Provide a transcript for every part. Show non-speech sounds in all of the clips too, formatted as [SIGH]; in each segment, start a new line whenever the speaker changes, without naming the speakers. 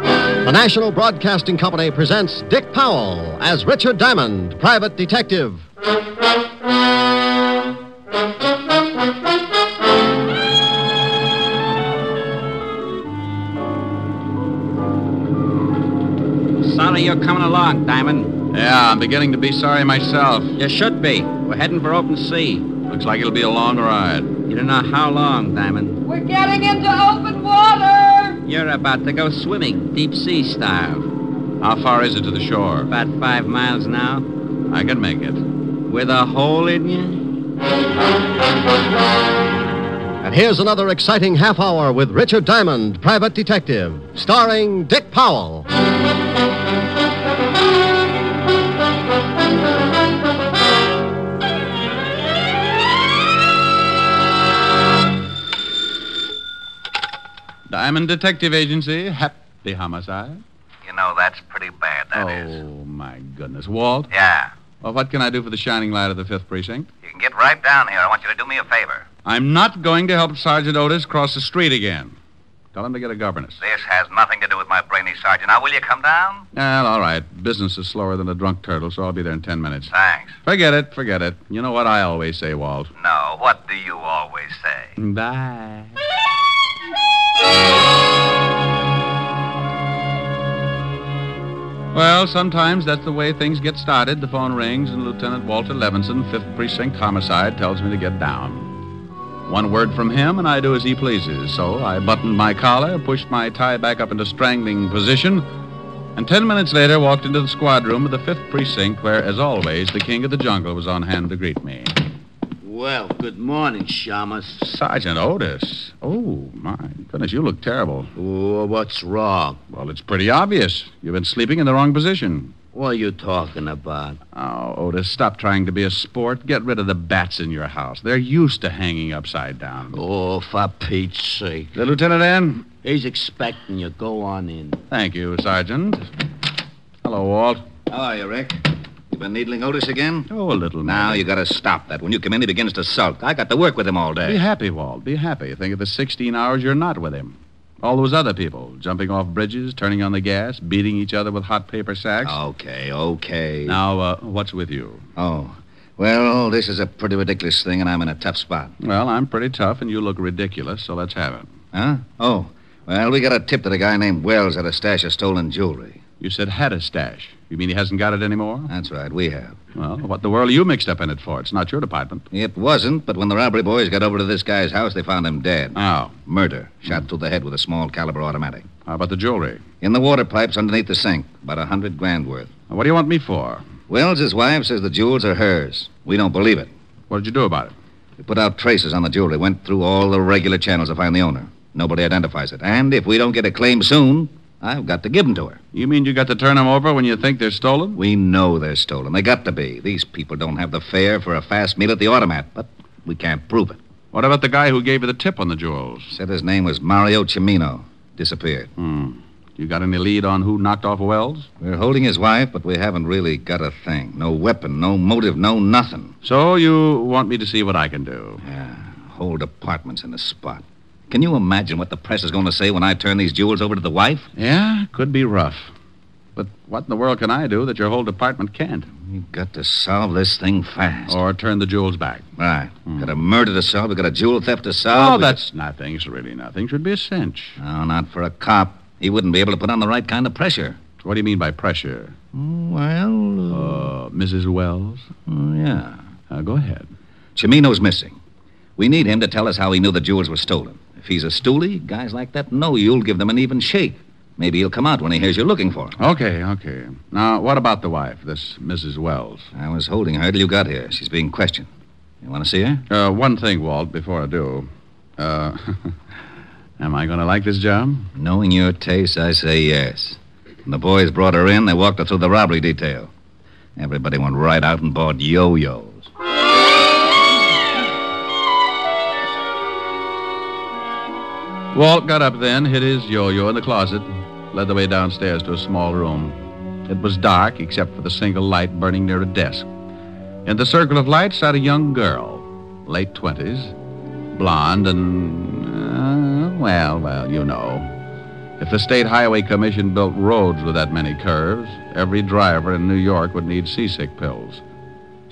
The National Broadcasting Company presents Dick Powell as Richard Diamond, private detective.
Sorry you're coming along, Diamond.
Yeah, I'm beginning to be sorry myself.
You should be. We're heading for open sea.
Looks like it'll be a long ride.
You don't know how long, Diamond.
We're getting into open water!
You're about to go swimming, deep sea style.
How far is it to the shore?
About five miles now,
I can make it.
with a hole in you.
And here's another exciting half hour with Richard Diamond, private detective, starring Dick Powell.
Diamond Detective Agency, happy homicide.
You know, that's pretty bad, That is.
oh, my goodness. Walt,
Yeah.
well, what can I do for the shining light of the 5th Precinct?
You can get right down here. I want you to do me a favor.
I'm not going to help Sergeant Otis cross the street again. Tell him to get a governess.
This has nothing to do with my brainy sergeant. Now, will you come down?
Well, all right. Business is slower than a drunk turtle, so I'll be there in ten minutes.
Thanks.
Forget it, forget it. You know what I always say, Walt.
No, what do you always say?
Bye. Well, sometimes that's the way things get started. The phone rings, and Lieutenant Walter Levinson, 5th Precinct Homicide, tells me to get down. One word from him, and I do as he pleases. So I buttoned my collar, pushed my tie back up into strangling position, and ten minutes later walked into the squad room of the 5th Precinct, where, as always, the king of the jungle was on hand to greet me.
Well, good morning, Shamus.
Sergeant Otis. Oh, my goodness, you look terrible.
Oh, what's wrong?
Well, it's pretty obvious. You've been sleeping in the wrong position.
What are you talking about?
Oh, Otis, stop trying to be a sport. Get rid of the bats in your house. They're used to hanging upside down.
Oh, for Pete's sake.
The lieutenant in?
He's expecting you. Go on in.
Thank you, Sergeant. Hello, Walt.
How are you, Rick? You been needling Otis again?
Oh, a little
Now
man.
you gotta stop that. When you come in, he begins to sulk. I got to work with him all
Be
day.
happy, Walt. Be happy. Think of the 16 hours you're not with him. All those other people jumping off bridges, turning on the gas, beating each other with hot paper sacks.
Okay, okay.
Now, uh, what's with you?
Oh. Well, this is a pretty ridiculous thing, and I'm in a tough spot.
Well, I'm pretty tough, and you look ridiculous, so let's have it.
Huh? Oh. Well, we got a tip that a guy named Wells had a stash of stolen jewelry.
You said had a stash. You mean he hasn't got it anymore?
That's right, we have.
Well, what the world are you mixed up in it for? It's not your department.
It wasn't, but when the robbery boys got over to this guy's house, they found him dead.
Oh,
Murder. Shot through the head with a small caliber automatic.
how about the jewelry?
In the water pipes underneath the sink, about a hundred grand worth.
Now, What do you want me for?
Wells' wife says the jewels are hers. We don't believe it.
What did you do about it?
We put out traces on the jewelry, went through all the regular channels to find the owner. Nobody identifies it. And if we don't get a claim soon, I've got to give them to her.
You mean you got to turn them over when you think they're stolen?
We know they're stolen. They got to be. These people don't have the fare for a fast meal at the automat, but we can't prove it.
What about the guy who gave you the tip on the jewels?
Said his name was Mario Cimino. Disappeared.
Hmm. You got any lead on who knocked off Wells?
We're holding his wife, but we haven't really got a thing. No weapon, no motive, no nothing.
So you want me to see what I can do?
Yeah, whole department's in the spot. Can you imagine what the press is going to say when I turn these jewels over to the wife?
Yeah, could be rough. But what in the world can I do that your whole department can't?
We've got to solve this thing fast.
Or turn the jewels back? Hmm.
Right. Got a murder to solve. We got a jewel theft to solve.
Oh,
We
that's nothing. It's really nothing. Should be a cinch.
got- No, not for a cop. He wouldn't be able to put on the right kind of pressure. Hmm.
What do you mean by pressure?
Well,
Uh, Mrs. Wells?
yeah.
Uh, go ahead.
Chimino's missing. We need him to tell us how he knew the jewels were stolen. If he's a stoolie, guys like that know you'll give them an even shake. Maybe he'll come out when he hears you're looking for him.
Okay, okay. Now, what about the wife, this Mrs. Wells?
I was holding her till you got here. She's being questioned. You want to see her?
Uh, one thing, Walt, before I do. Uh, [LAUGHS] am I going to like this job?
Knowing your taste, I say yes. When the boys brought her in, they walked her through the robbery detail. Everybody went right out and bought yo-yos.
Walt got up then, hid his yo yo in the closet, led the way downstairs to a small room. It was dark, except for the single light burning near a desk. In the circle of light sat a young girl, late 20s, blonde and. Uh, well, well, you know. If the State Highway Commission built roads with that many curves, every driver in New York would need seasick pills.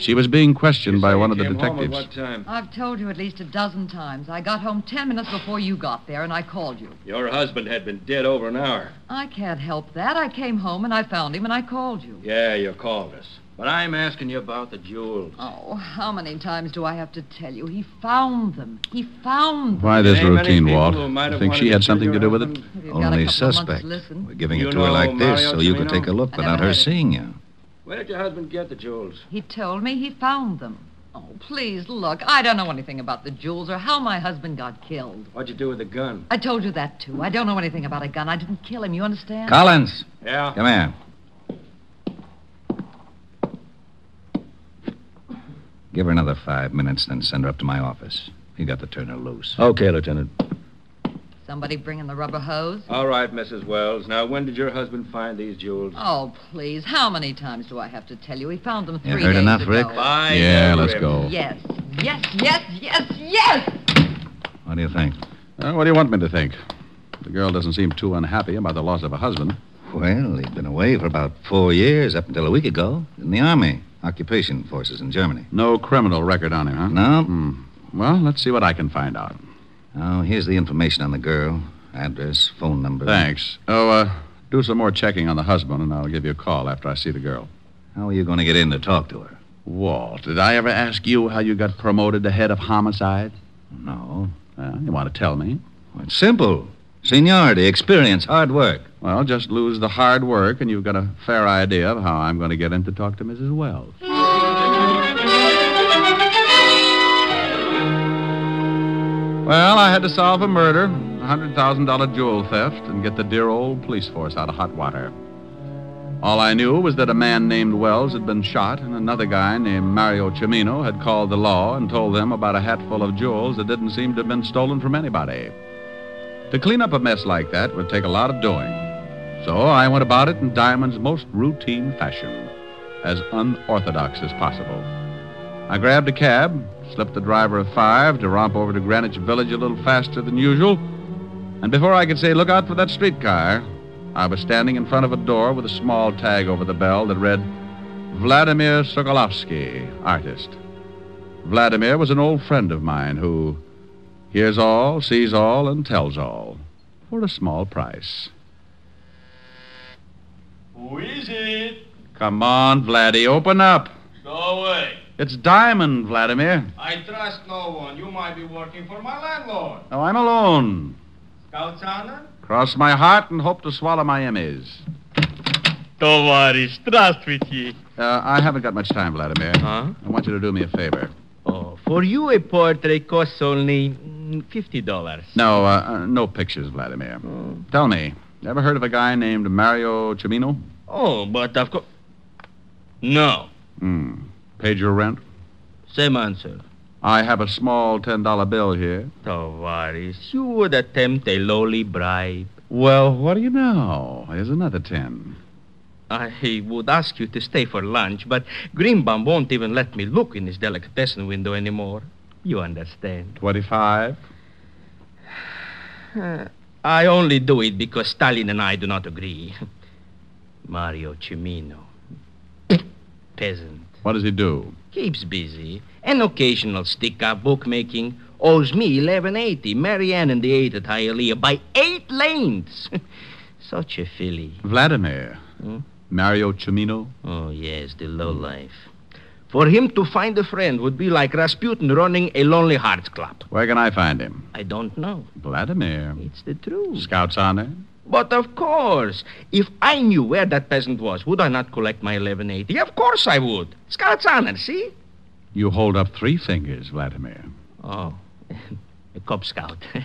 She was being questioned by one of the detectives.
time?
I've told you at least a dozen times. I got home ten minutes before you got there, and I called you.
Your husband had been dead over an hour.
I can't help that. I came home and I found him and I called you.
Yeah, you called us. But I'm asking you about the jewels.
Oh, how many times do I have to tell you? He found them. He found them.
Why this
Name any
routine,
people
Walt?
who might
You
have
think
wanted
she
to
had
kill
something
your
to do with it?
husband?
Have you got a
Only
couple of months to
suspect.
listen?
We're giving
You
it to her
know
like this
Mario
so you could
Cimino?
take a look
I
without
never
her
heard of him.
seeing you.
Where did your husband get the jewels?
He told me he found them. Oh, please look. I don't know anything about the jewels or how my husband got killed.
What'd you do with the gun?
I told you that too. I don't know anything about a gun. I didn't kill him. You understand?
Collins,
Yeah.
come here. Give her another five minutes, then send her up to my office. You got to turn her loose.
Okay, Lieutenant.
Somebody bringing the rubber hose?
All right, Mrs. Wells. Now, when did your husband find these jewels?
Oh, please. How many times do I have to tell you? He found them three
You heard
days
enough,
ago.
Rick?
By
Yeah,
the
let's
rip.
go.
Yes. Yes, yes, yes, yes!
What do you think?
Uh, what do you want me to think? The girl doesn't seem too unhappy about the loss of a husband.
Well, he'd been away for about four years up until a week ago in the Army, occupation forces in Germany.
No criminal record on him, huh?
No?
Hmm. Well, let's see what I can find out.
Now, here's the information on the girl address, phone number.
Thanks. Oh, uh, do some more checking on the husband, and I'll give you a call after I see the girl.
How are you going to get in to talk to her?
Walt, did I ever ask you how you got promoted to head of homicide?
No.
Well, you want to tell me?
Well, it's simple seniority, experience, hard work.
Well, just lose the hard work, and you've got a fair idea of how I'm going to get in to talk to Mrs. Wells. Well, I had to solve a murder, a $100,000 jewel theft, and get the dear old police force out of hot water. All I knew was that a man named Wells had been shot, and another guy named Mario Cimino had called the law and told them about a hatful of jewels that didn't seem to have been stolen from anybody. To clean up a mess like that would take a lot of doing. So I went about it in Diamond's most routine fashion, as unorthodox as possible. I grabbed a cab, slipped the driver a five to romp over to Greenwich Village a little faster than usual, and before I could say, look out for that streetcar, I was standing in front of a door with a small tag over the bell that read, Vladimir Sokolovsky, artist. Vladimir was an old friend of mine who hears all, sees all, and tells all for a small price.
Who is it?
Come on, Vladdy, open up.
Go away.
It's Diamond, Vladimir.
I trust no one. You might be working for my landlord.
Now I'm alone.
Scouts honor?
Cross my heart and hope to swallow my Emmys.
Товарищ, здравствуйте.
Uh, I haven't got much time, Vladimir.
Huh?
I want you to do me a favor.
Oh, for you a portrait costs only mm, fifty dollars.
No, uh, uh, no pictures, Vladimir.
Hmm.
Tell me, ever heard of a guy named Mario Cimino?
Oh, but of course. No.
Hmm. Paid your rent?
Same answer.
I have a small $10 bill here.
Tavaris, you would attempt a lowly bribe.
Well, what do you know? Here's another 10.
I would ask you to stay for lunch, but Greenbaum won't even let me look in his delicatessen window anymore. You understand.
25.
I only do it because Stalin and I do not agree. [LAUGHS] Mario Cimino. Peasant.
What does he do?
Keeps busy. An occasional stick up bookmaking. Owes me 1180. Marianne and the 8 at Hialeah by eight lanes. [LAUGHS] Such a filly.
Vladimir.
Hmm?
Mario Cimino?
Oh, yes, the lowlife. For him to find a friend would be like Rasputin running a lonely hearts club.
Where can I find him?
I don't know.
Vladimir.
It's the truth.
Scouts honor?
But of course, if I knew where that peasant was, would I not collect my 1180? Of course I would. Scout's honor, see?
You hold up three fingers, Vladimir.
Oh, [LAUGHS] a Cub Scout. [LAUGHS]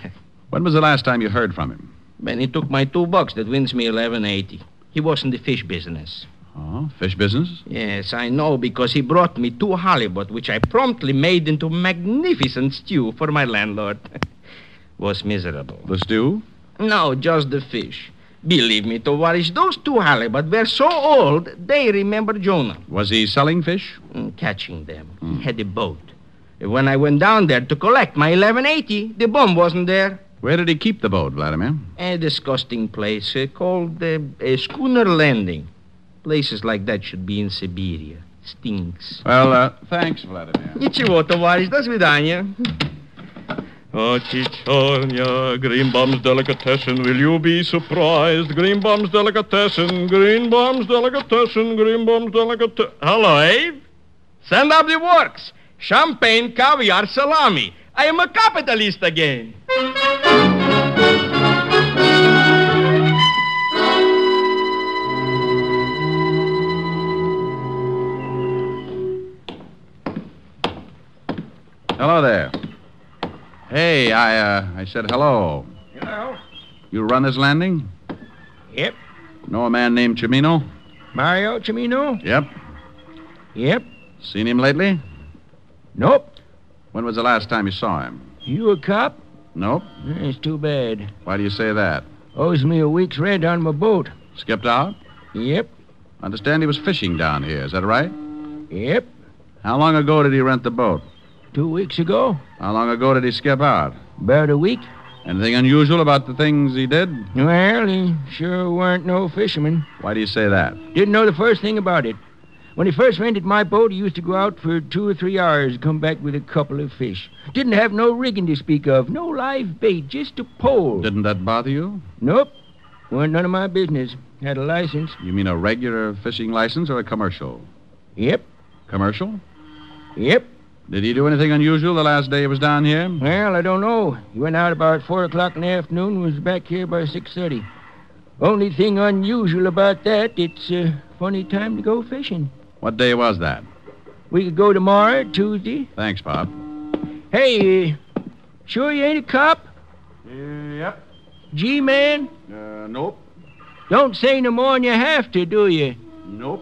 When was the last time you heard from him?
Man, he took my two bucks that wins me 1180. He was in the fish business.
Oh, fish business?
Yes, I know, because he brought me two halibut, which I promptly made into magnificent stew for my landlord. [LAUGHS] was miserable.
The stew?
No, just the fish. Believe me, Tovarish, those two halibut were so old, they remember Jonah.
Was he selling fish? Hmm.
mm, catching them. He had a boat. When I went down there to collect my 1180, the bomb wasn't there.
Where did he keep the boat, Vladimir?
A disgusting place uh, called uh, a schooner landing. Places like that should be in Siberia. Stinks.
Well, uh,
[LAUGHS]
thanks, Vladimir.
Ничего, товарищ, до свидания.
Очи черня, Greenbaum's Delicatessen, will you be surprised? Greenbaum's Delicatessen, Greenbaum's Delicatessen, Greenbaum's Delicatessen. Hello, Abe?
Send up the works. Champagne, caviar, salami. I am a capitalist again.
Hello there. Hey, I uh, I said hello.
Hello?
You run this landing?
Yep.
Know a man named Chimino?
Mario Chimino?
Yep.
Yep.
Seen him lately?
Nope.
When was the last time you saw him?
You a cop?
Nope.
That's too bad.
Why do you say that?
Owes me a week's rent on my boat.
Skipped out?
Yep.
Understand he was fishing down here, is that right?
Yep.
How long ago did he rent the boat?
Two weeks ago?
How long ago did he skip out?
About a week?
Anything unusual about the things he did?
Well, he sure weren't no fisherman.
Why do you say that?
Didn't know the first thing about it. When he first rented my boat, he used to go out for two or three hours, come back with a couple of fish. Didn't have no rigging to speak of, no live bait, just a pole.
Didn't that bother you?
Nope. Weren't none of my business. Had a license.
You mean a regular fishing license or a commercial?
Yep.
Commercial?
Yep.
Did he do anything unusual the last day he was down here?
Well, I don't know. He went out about four o'clock in the afternoon. Was back here by six thirty. Only thing unusual about that, it's a funny time to go fishing.
What day was that?
We could go tomorrow, Tuesday.
Thanks, Pop.
Hey, uh, sure you ain't a cop?
Yep.
Gee, man,
Uh, nope.
don't say no more than you have to, do you?
Nope.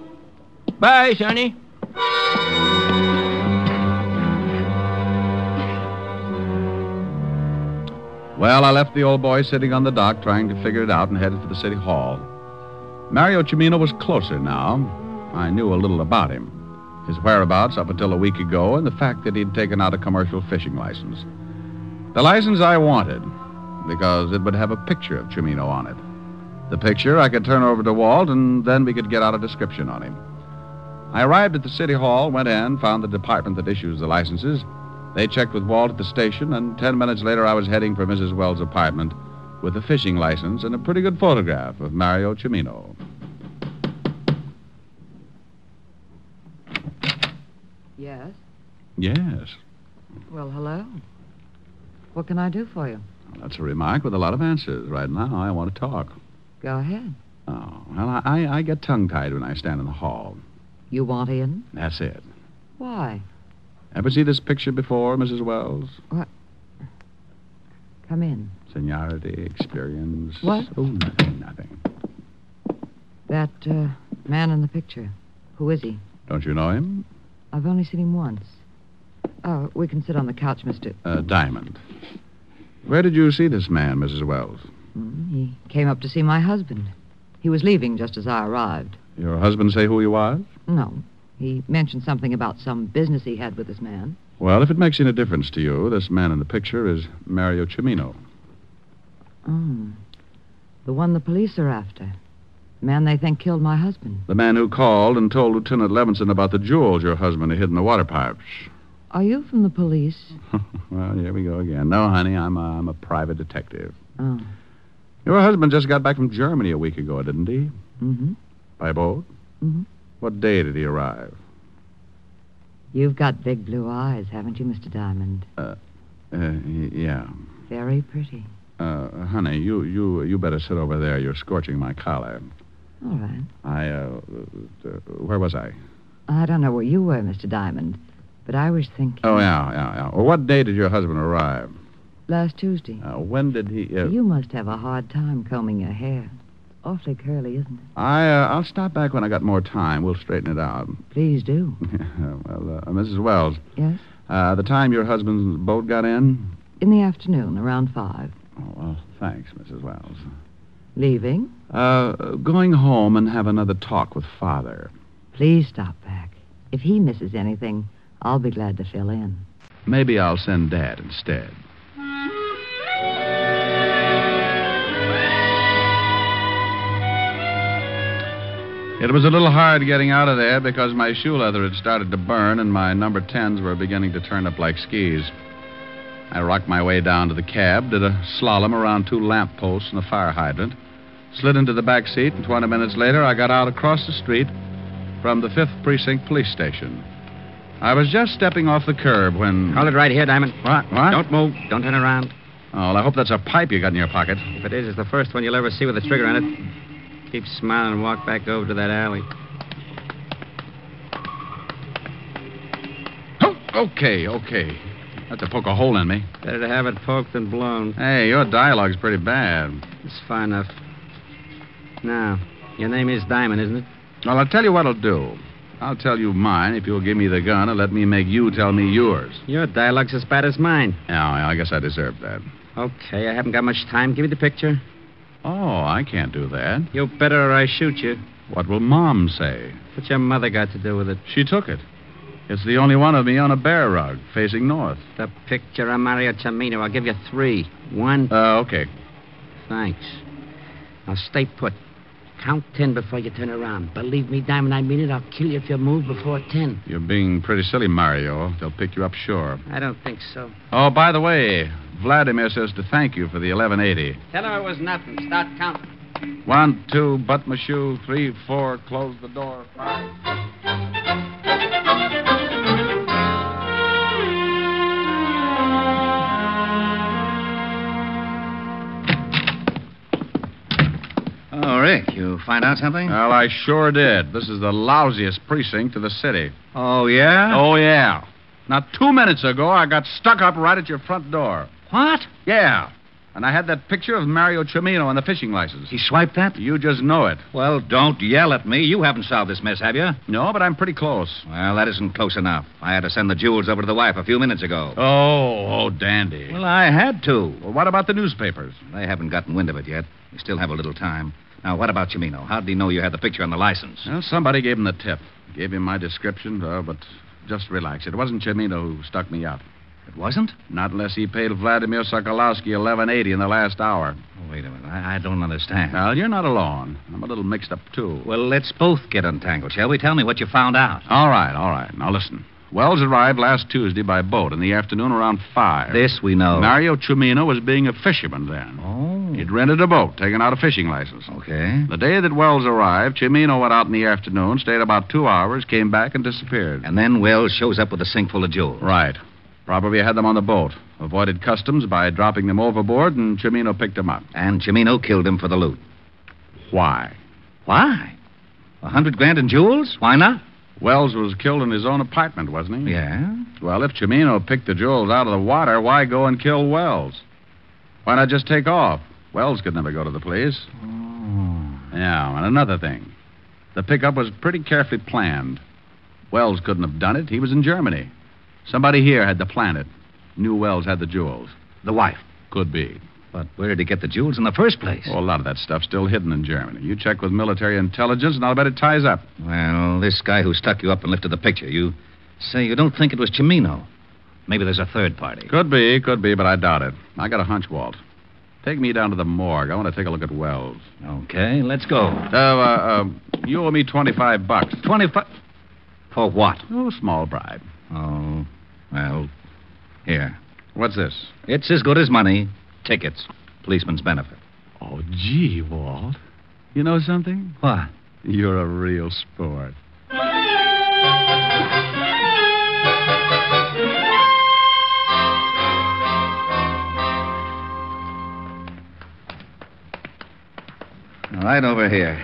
Bye, sonny.
Well, I left the old boy sitting on the dock trying to figure it out and headed for the city hall. Mario Cimino was closer now. I knew a little about him his whereabouts up until a week ago, and the fact that he'd taken out a commercial fishing license. The license I wanted, because it would have a picture of Cimino on it. The picture I could turn over to Walt, and then we could get out a description on him. I arrived at the city hall, went in, found the department that issues the licenses, they checked with Walt at the station, and ten minutes later, I was heading for Mrs. Wells' apartment with a fishing license and a pretty good photograph of Mario Cimino.
Yes.
Yes.
Well, hello. What can I do for you?
That's a remark with a lot of answers. Right now, I want to talk.
Go ahead.
Oh, well, I, I, I get tongue tied when I stand in the hall.
You want in?
That's it.
Why?
Ever see this picture before, Mrs. Wells?
Come in.
Seniority, experience.
What?
Oh, nothing, nothing.
That uh, man in the picture. Who is he?
Don't you know him?
I've only seen him once. Oh, we can sit on the couch, Mr.
Uh, Diamond. Where did you see this man, Mrs. Wells?
Mm, He came up to see my husband. He was leaving just as I arrived.
Your husband say who he was?
No, he mentioned something about some business he had with this man.
Well, if it makes any difference to you, this man in the picture is Mario Cimino.
Mm. The one the police are after. Man they think killed my husband.
The man who called and told Lieutenant Levinson about the jewels your husband had hid in the water pipes.
Are you from the police?
well, here we go again. No, honey, I'm a, I'm a private detective.
Oh.
Your husband just got back from Germany a week ago, didn't he?
Mm-hmm.
By boat?
Mhm.
What day did he arrive?
You've got big blue eyes, haven't you, Mr. Diamond?
Uh, y- yeah.
Very pretty.
Uh, honey, you, you, you better sit over there. You're scorching my collar.
All right.
I, uh, uh, where was I?
I don't know where you were, Mr. Diamond, but I was thinking.
Oh, yeah, yeah, yeah. Well, what day did your husband arrive?
Last Tuesday.
Uh, when did he? Uh,
You must have a hard time combing your hair. Awfully curly, isn't it?
I, uh, I'll stop back when I got more time. We'll straighten it out.
Please do.
[LAUGHS] well, uh, Mrs. Wells,
Yes?
uh, the time your husband's boat got in?
In the afternoon, around five.
Oh, well, thanks, Mrs. Wells.
Leaving?
Uh, going home and have another talk with Father.
Please stop back. If he misses anything, I'll be glad to fill in.
Maybe I'll send Dad instead. It was a little hard getting out of there because my shoe leather had started to burn and my number 10s were beginning to turn up like skis. I rocked my way down to the cab, did a slalom around two lamp posts and a fire hydrant, slid into the back seat, and 20 minutes later I got out across the street from the 5th Precinct Police Station. I was just stepping off the curb when.
Hold it right here, Diamond.
What? What?
Don't move. Don't turn around.
Oh, well, I hope that's a pipe you got in your pocket.
If it is, it's the first one you'll ever see with a trigger on it. Keep smiling and walk back over to that alley.
Oh, okay, okay. That's to poke a hole in me.
Better to have it poked than blown.
Hey, your dialogue's pretty bad.
It's far enough. Now, your name is Diamond, isn't it?
Well, I'll tell you what I'll do. I'll tell you mine if you'll give me the gun and let me make you tell me yours.
Your dialogue's as bad as mine.
Yeah, I guess I deserve that.
Okay, I haven't got much time. Give me the picture.
Oh, I can't do that.
You better or I shoot you.
What will Mom say?
What's your mother got to do with it?
She took it. It's the only one of me on a bear rug, facing north.
The picture of Mario Cimino. I'll give you three. One.
Uh, okay.
Thanks. Now stay put. Count ten before you turn around. Believe me, Diamond, I mean it. I'll kill you if you move before ten.
You're being pretty silly, Mario. They'll pick you up sure.
I don't think so.
Oh, by the way, Vladimir says to thank you for the 1180.
Tell her it was nothing. Start counting.
One, two, butt my shoe. Three, four, close the door. Five.
Oh, Rick, you find out something?
Well, I sure did. This is the lousiest precinct of the city.
oh, yeah?
Oh, yeah. Now, two minutes ago, I got stuck up right at your front door.
What?
Yeah. And I had that picture of Mario Cimino on the fishing license.
He swiped that?
You just know it.
Well, don't yell at me. You haven't solved this mess, have you?
No, but I'm pretty close.
Well, that isn't close enough. I had to send the jewels over to the wife a few minutes ago.
Oh, oh, dandy.
Well, I had to.
Well, what about the newspapers?
They haven't gotten wind of it yet. We still have a little time. Now, what about Chimino? How did he know you had the picture on the license?
Well, somebody gave him the tip. Gave him my description, uh, but just relax. It wasn't Cimino who stuck me up.
It wasn't?
Not unless he paid Vladimir Sokolowski 1180 in the last hour.
Oh, wait a minute. I, I don't understand.
Well, you're not alone. I'm a little mixed up, too.
Well, let's both get untangled, shall we? Tell me what you found out.
All right, all right. Now, listen. Wells arrived last Tuesday by boat in the afternoon around 5.
This we know.
Mario Cimino was being a fisherman then.
Oh.
He'd rented a boat, taken out a fishing license.
Okay.
The day that Wells arrived, Cimino went out in the afternoon, stayed about two hours, came back, and disappeared.
And then Wells shows up with a sink full of jewels.
Right. Probably had them on the boat. Avoided customs by dropping them overboard, and Cimino picked them up.
And Chimino killed him for the loot.
Why?
Why? A hundred grand in jewels? Why not?
Wells was killed in his own apartment, wasn't he?
Yeah.
Well, if Cimino picked the jewels out of the water, why go and kill Wells? Why not just take off? Wells could never go to the police.
Oh.
Yeah, and another thing. The pickup was pretty carefully planned. Wells couldn't have done it. He was in Germany. Somebody here had the plan it. Knew Wells had the jewels.
The wife.
Could be.
But where did he get the jewels in the first place?
Well, a lot of that stuff's still hidden in Germany. You check with military intelligence, and I'll bet it ties up.
Well, this guy who stuck you up and lifted the picture, you say you don't think it was Chimino. Maybe there's a third party.
Could be, could be, but I doubt it. I got a hunch, Walt. Take me down to the morgue. I want to take a look at Wells.
Okay, let's go.
Uh, uh, uh, you owe me 25 bucks.
25. For what?
Oh, small bribe.
Oh, well, here.
What's this?
It's as good as money. Tickets. Policeman's benefit.
Oh, gee, Walt. You know something?
What?
You're a real sport.
Right over here.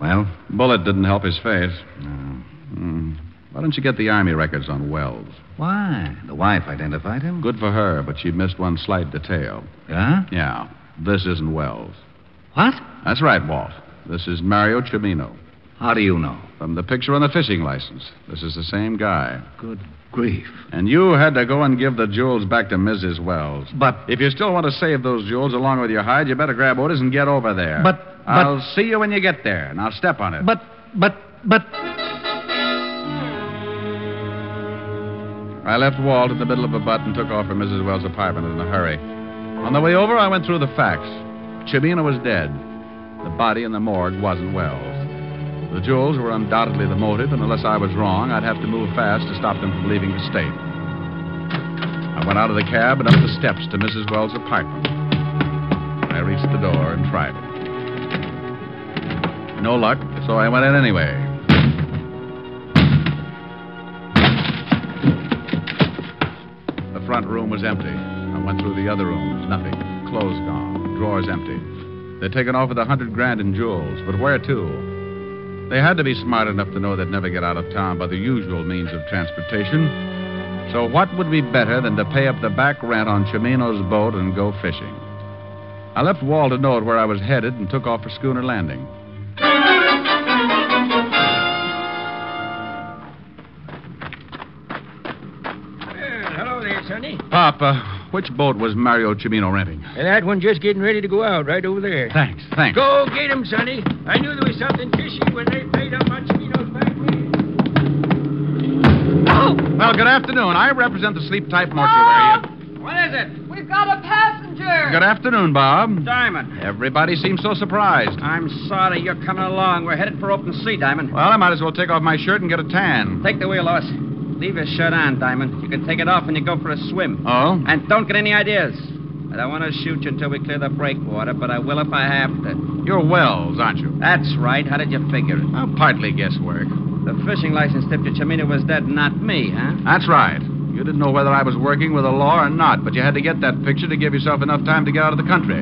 Well,
Bullet didn't help his face.
no.
Hmm. Why don't you get the Army records on Wells?
why? The wife identified him.
Good for her, but she missed one slight detail.
Yeah?
Yeah, this isn't Wells.
What?
That's right, Walt. This is Mario Cimino.
How do you know?
From the picture on the fishing license. This is the same guy.
Good grief.
And you had to go and give the jewels back to Mrs. Wells.
But
If you still want to save those jewels along with your hide, you better grab orders and get over there.
But- but-
I'll see you when you get there. Now step on it.
But, but, but.
I left Walt in the middle of a butt and took off for Mrs. Wells' apartment in a hurry. On the way over, I went through the facts. Chibina was dead. The body in the morgue wasn't Wells. The jewels were undoubtedly the motive, and unless I was wrong, I'd have to move fast to stop them from leaving the state. I went out of the cab and up the steps to Mrs. Wells' apartment. I reached the door and tried it. No luck, so I went in anyway. The front room was empty. I went through the other rooms. Nothing. Clothes gone. Drawers empty. They'd taken off with a hundred grand in jewels, but where to? They had to be smart enough to know they'd never get out of town by the usual means of transportation. So what would be better than to pay up the back rent on Chimino's boat and go fishing? I left Wall to note where I was headed and took off for Schooner Landing.
hello there, Sonny.
Papa, which boat was Mario Chimino renting?
And that one just getting ready to go out right over there.
Thanks, thanks.
Go get him, Sonny. I knew there was something fishy when they paid up on Chino's back.
Well, good afternoon. I represent the sleep type
Oh!
mortuary.
What is it?
We've got a passenger.
Good afternoon, Bob.
Diamond.
Everybody seems so surprised.
I'm sorry you're coming along. We're headed for open sea, Diamond.
Well, I might as well take off my shirt and get a tan.
Take the wheel, Lois. Leave your shirt on, Diamond. You can take it off when you go for a swim.
Oh?
And don't get any ideas. I don't want to shoot you until we clear the breakwater, but I will if I have to.
You're Wells, aren't you?
That's right. How did you figure it?
Well, partly guesswork.
The fishing license tipped you Chimino was dead, not me, huh?
That's right. You didn't know whether I was working with the law or not, but you had to get that picture to give yourself enough time to get out of the country.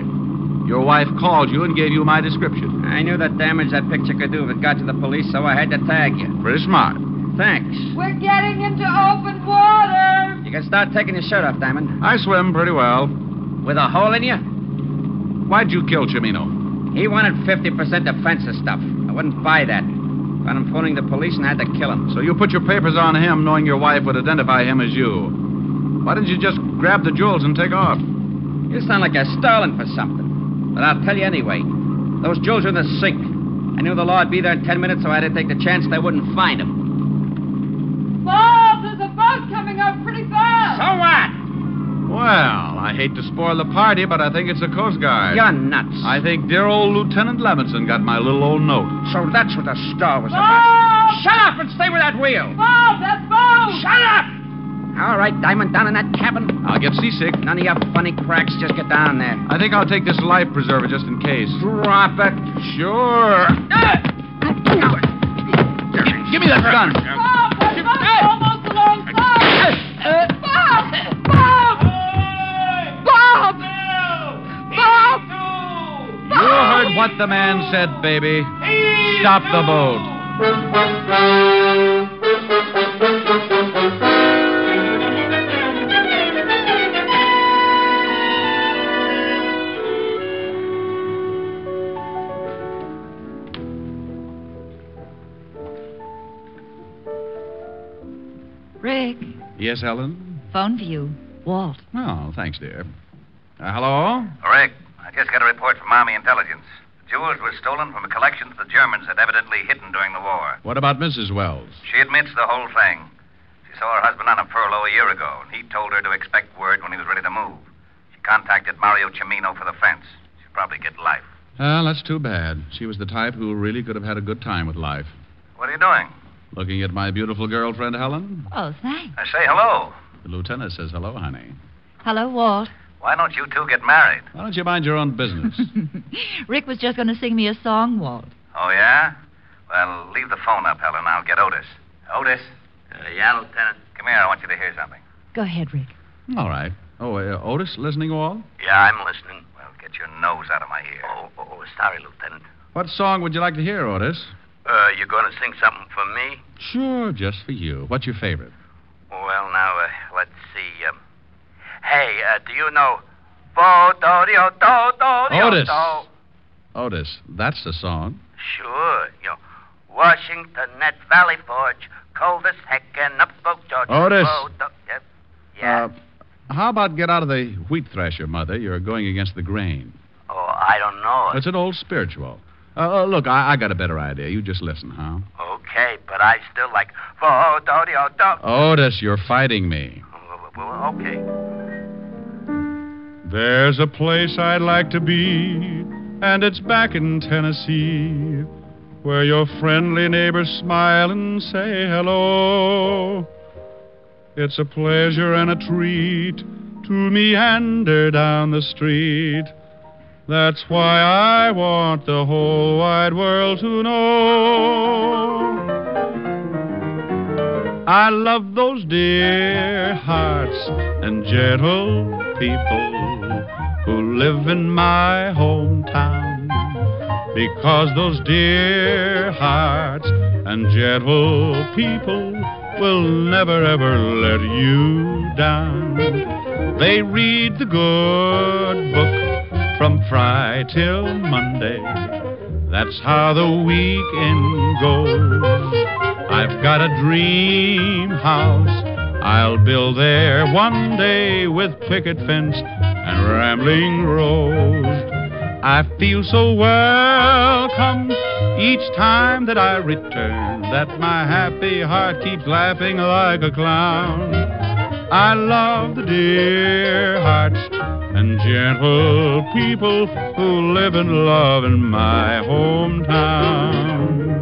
Your wife called you and gave you my description.
I knew the damage that picture could do if it got to the police, so I had to tag you.
Pretty smart.
Thanks.
We're getting into open water.
You can start taking your shirt off, Diamond.
I swim pretty well.
With a hole in you?
Why'd you kill Chimino?
He wanted 50% defensive stuff. I wouldn't buy that. Found him phoning the police and had to kill him.
So you put your papers on him knowing your wife would identify him as you. Why didn't you just grab the jewels and take off?
You sound like you're stalling for something. But I'll tell you anyway. Those jewels are in the sink. I knew the law would be there in ten minutes, so I had to take the chance they wouldn't find him.
Bob, there's a boat coming up pretty fast.
So what?
Well, I hate to spoil the party, but I think it's the Coast Guard.
You're nuts.
I think dear old Lieutenant Levinson got my little old note.
So that's what the star was
Bob!
about. Shut up and stay with that wheel.
Bob, that boat.
Shut up! All right, Diamond, down in that cabin.
I'll get seasick.
None of your funny cracks. Just get down there.
I think I'll take this life preserver just in case.
Drop it.
Sure. Give me that gun.
Bob, that boat's almost alongside. Bob! Bob! Bob! Bob!
You heard what the man said, baby. Stop the boat.
Rick,
Yes, Helen?
phone for you. Walt.
Oh, thanks, dear. Uh, hello?
Rick, I just got a report from Army intelligence. The jewels were stolen from a collection that the Germans had evidently hidden during the war.
What about Mrs. Wells?
She admits the whole thing. She saw her husband on a furlough a year ago, and he told her to expect word when he was ready to move. She contacted Mario Cimino for the fence. She'll probably get life.
Well, Ah, that's too bad. She was the type who really could have had a good time with life.
What are you doing?
Looking at my beautiful girlfriend, Helen?
Oh, thanks.
I say hello.
The lieutenant says hello, honey.
Hello, Walt. [LAUGHS]
Why don't you two get married?
Why don't you mind your own business?
Rick was just going to sing me a song, Walt.
Oh, yeah? Well, leave the phone up, Helen. I'll get Otis. Otis? Uh, yeah, Lieutenant? Come here. I want you to hear something.
[LAUGHS] Go ahead, Rick.
All right. Oh, uh, Otis, listening all?
Yeah, I'm listening. Well, get your nose out of my ear. Oh, oh sorry, Lieutenant.
What song would you like to hear, Otis?
Uh, you going to sing something for me?
Sure, just for you. What's your favorite?
Well, now, uh, let's see. Um, hey, uh, do you know... Bo, do, do, do, do, do,
Otis.
do.
Otis, that's the song.
Sure, you know. Washington at Valley Forge, cold as heck, and up Oak George.
Otis.
Bo, do, yeah, yeah.
Uh, how about get out of the wheat thrasher, Mother? You're going against the grain.
oh, I don't know.
It's an old spiritual. Uh, uh, look, I, I got a better idea. You just listen, huh?
Okay, but I still like Bo, do, do, do.
Otis, you're fighting me.
Well, okay.
There's a place I'd like to be, and it's back in Tennessee, where your friendly neighbors smile and say hello. It's a pleasure and a treat to meander down the street. That's why I want the whole wide world to know. I love those dear hearts and gentle people who live in my hometown because those dear hearts and gentle people will never ever let you down. They read the good book from Friday till Monday. That's how the weekend goes. I've got a dream house I'll build there one day with picket fence and rambling rose. I feel so welcome each time that I return that my happy heart keeps laughing like a clown. I love the dear hearts and gentle people who live and love in my hometown.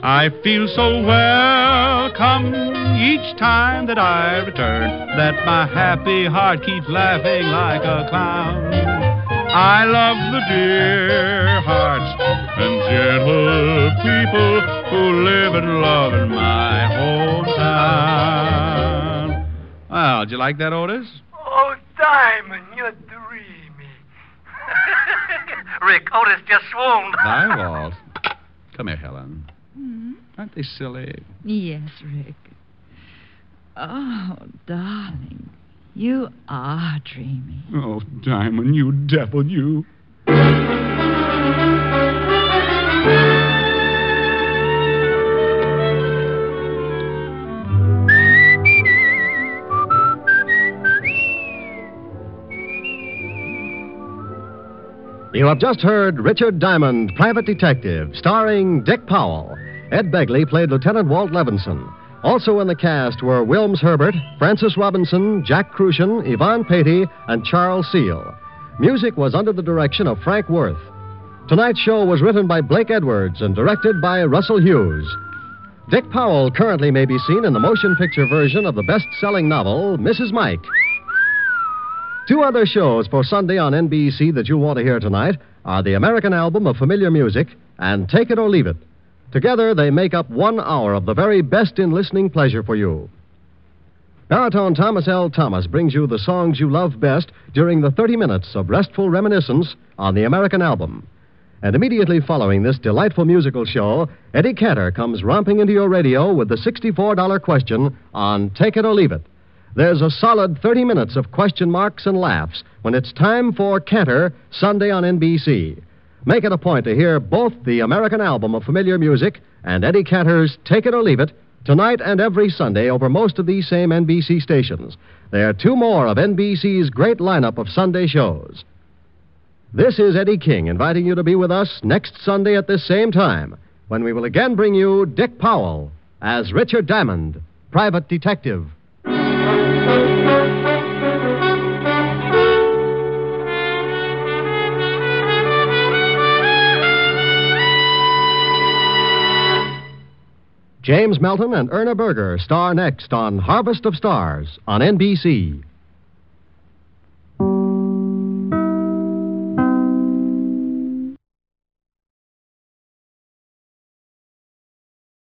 I feel so welcome each time that I return that my happy heart keeps laughing like a clown. I love the dear hearts and gentle people who live and love in my hometown.
Well, did you like that, Otis?
Oh, Diamond, you're dreamy.
[LAUGHS] Rick, Otis just swooned.
Bye, Walt. Come here, Helen. Aren't they silly?
Mm-hmm. Yes, Rick. Oh, darling, you are dreamy.
Oh, Diamond, you devil, you.
You have just heard Richard Diamond, Private Detective, starring Dick Powell. Ed Begley played Lieutenant Walt Levinson. Also in the cast were Wilms Herbert, Francis Robinson, Jack Crucian, Yvonne Patey, and Charles Seal. Music was under the direction of Frank Worth. Tonight's show was written by Blake Edwards and directed by Russell Hughes. Dick Powell currently may be seen in the motion picture version of the best selling novel, Mrs. Mike. Two other shows for Sunday on NBC that you want to hear tonight are The American Album of Familiar Music and Take It or Leave It. Together, they make up one hour of the very best in listening pleasure for you. Baritone Thomas L. Thomas brings you the songs you love best during the 30 minutes of restful reminiscence on the American album. And immediately following this delightful musical show, Eddie Cantor comes romping into your radio with the $64 question on Take It or Leave It. There's a solid 30 minutes of question marks and laughs when it's time for Cantor, Sunday on NBC. Make it a point to hear both the American album of familiar music and Eddie Cantor's Take It or Leave It tonight and every Sunday over most of these same NBC stations. There are two more of NBC's great lineup of Sunday shows. This is Eddie King inviting you to be with us next Sunday at this same time when we will again bring you Dick Powell as Richard Diamond, private detective. James Melton and Erna Berger star next on Harvest of Stars on NBC.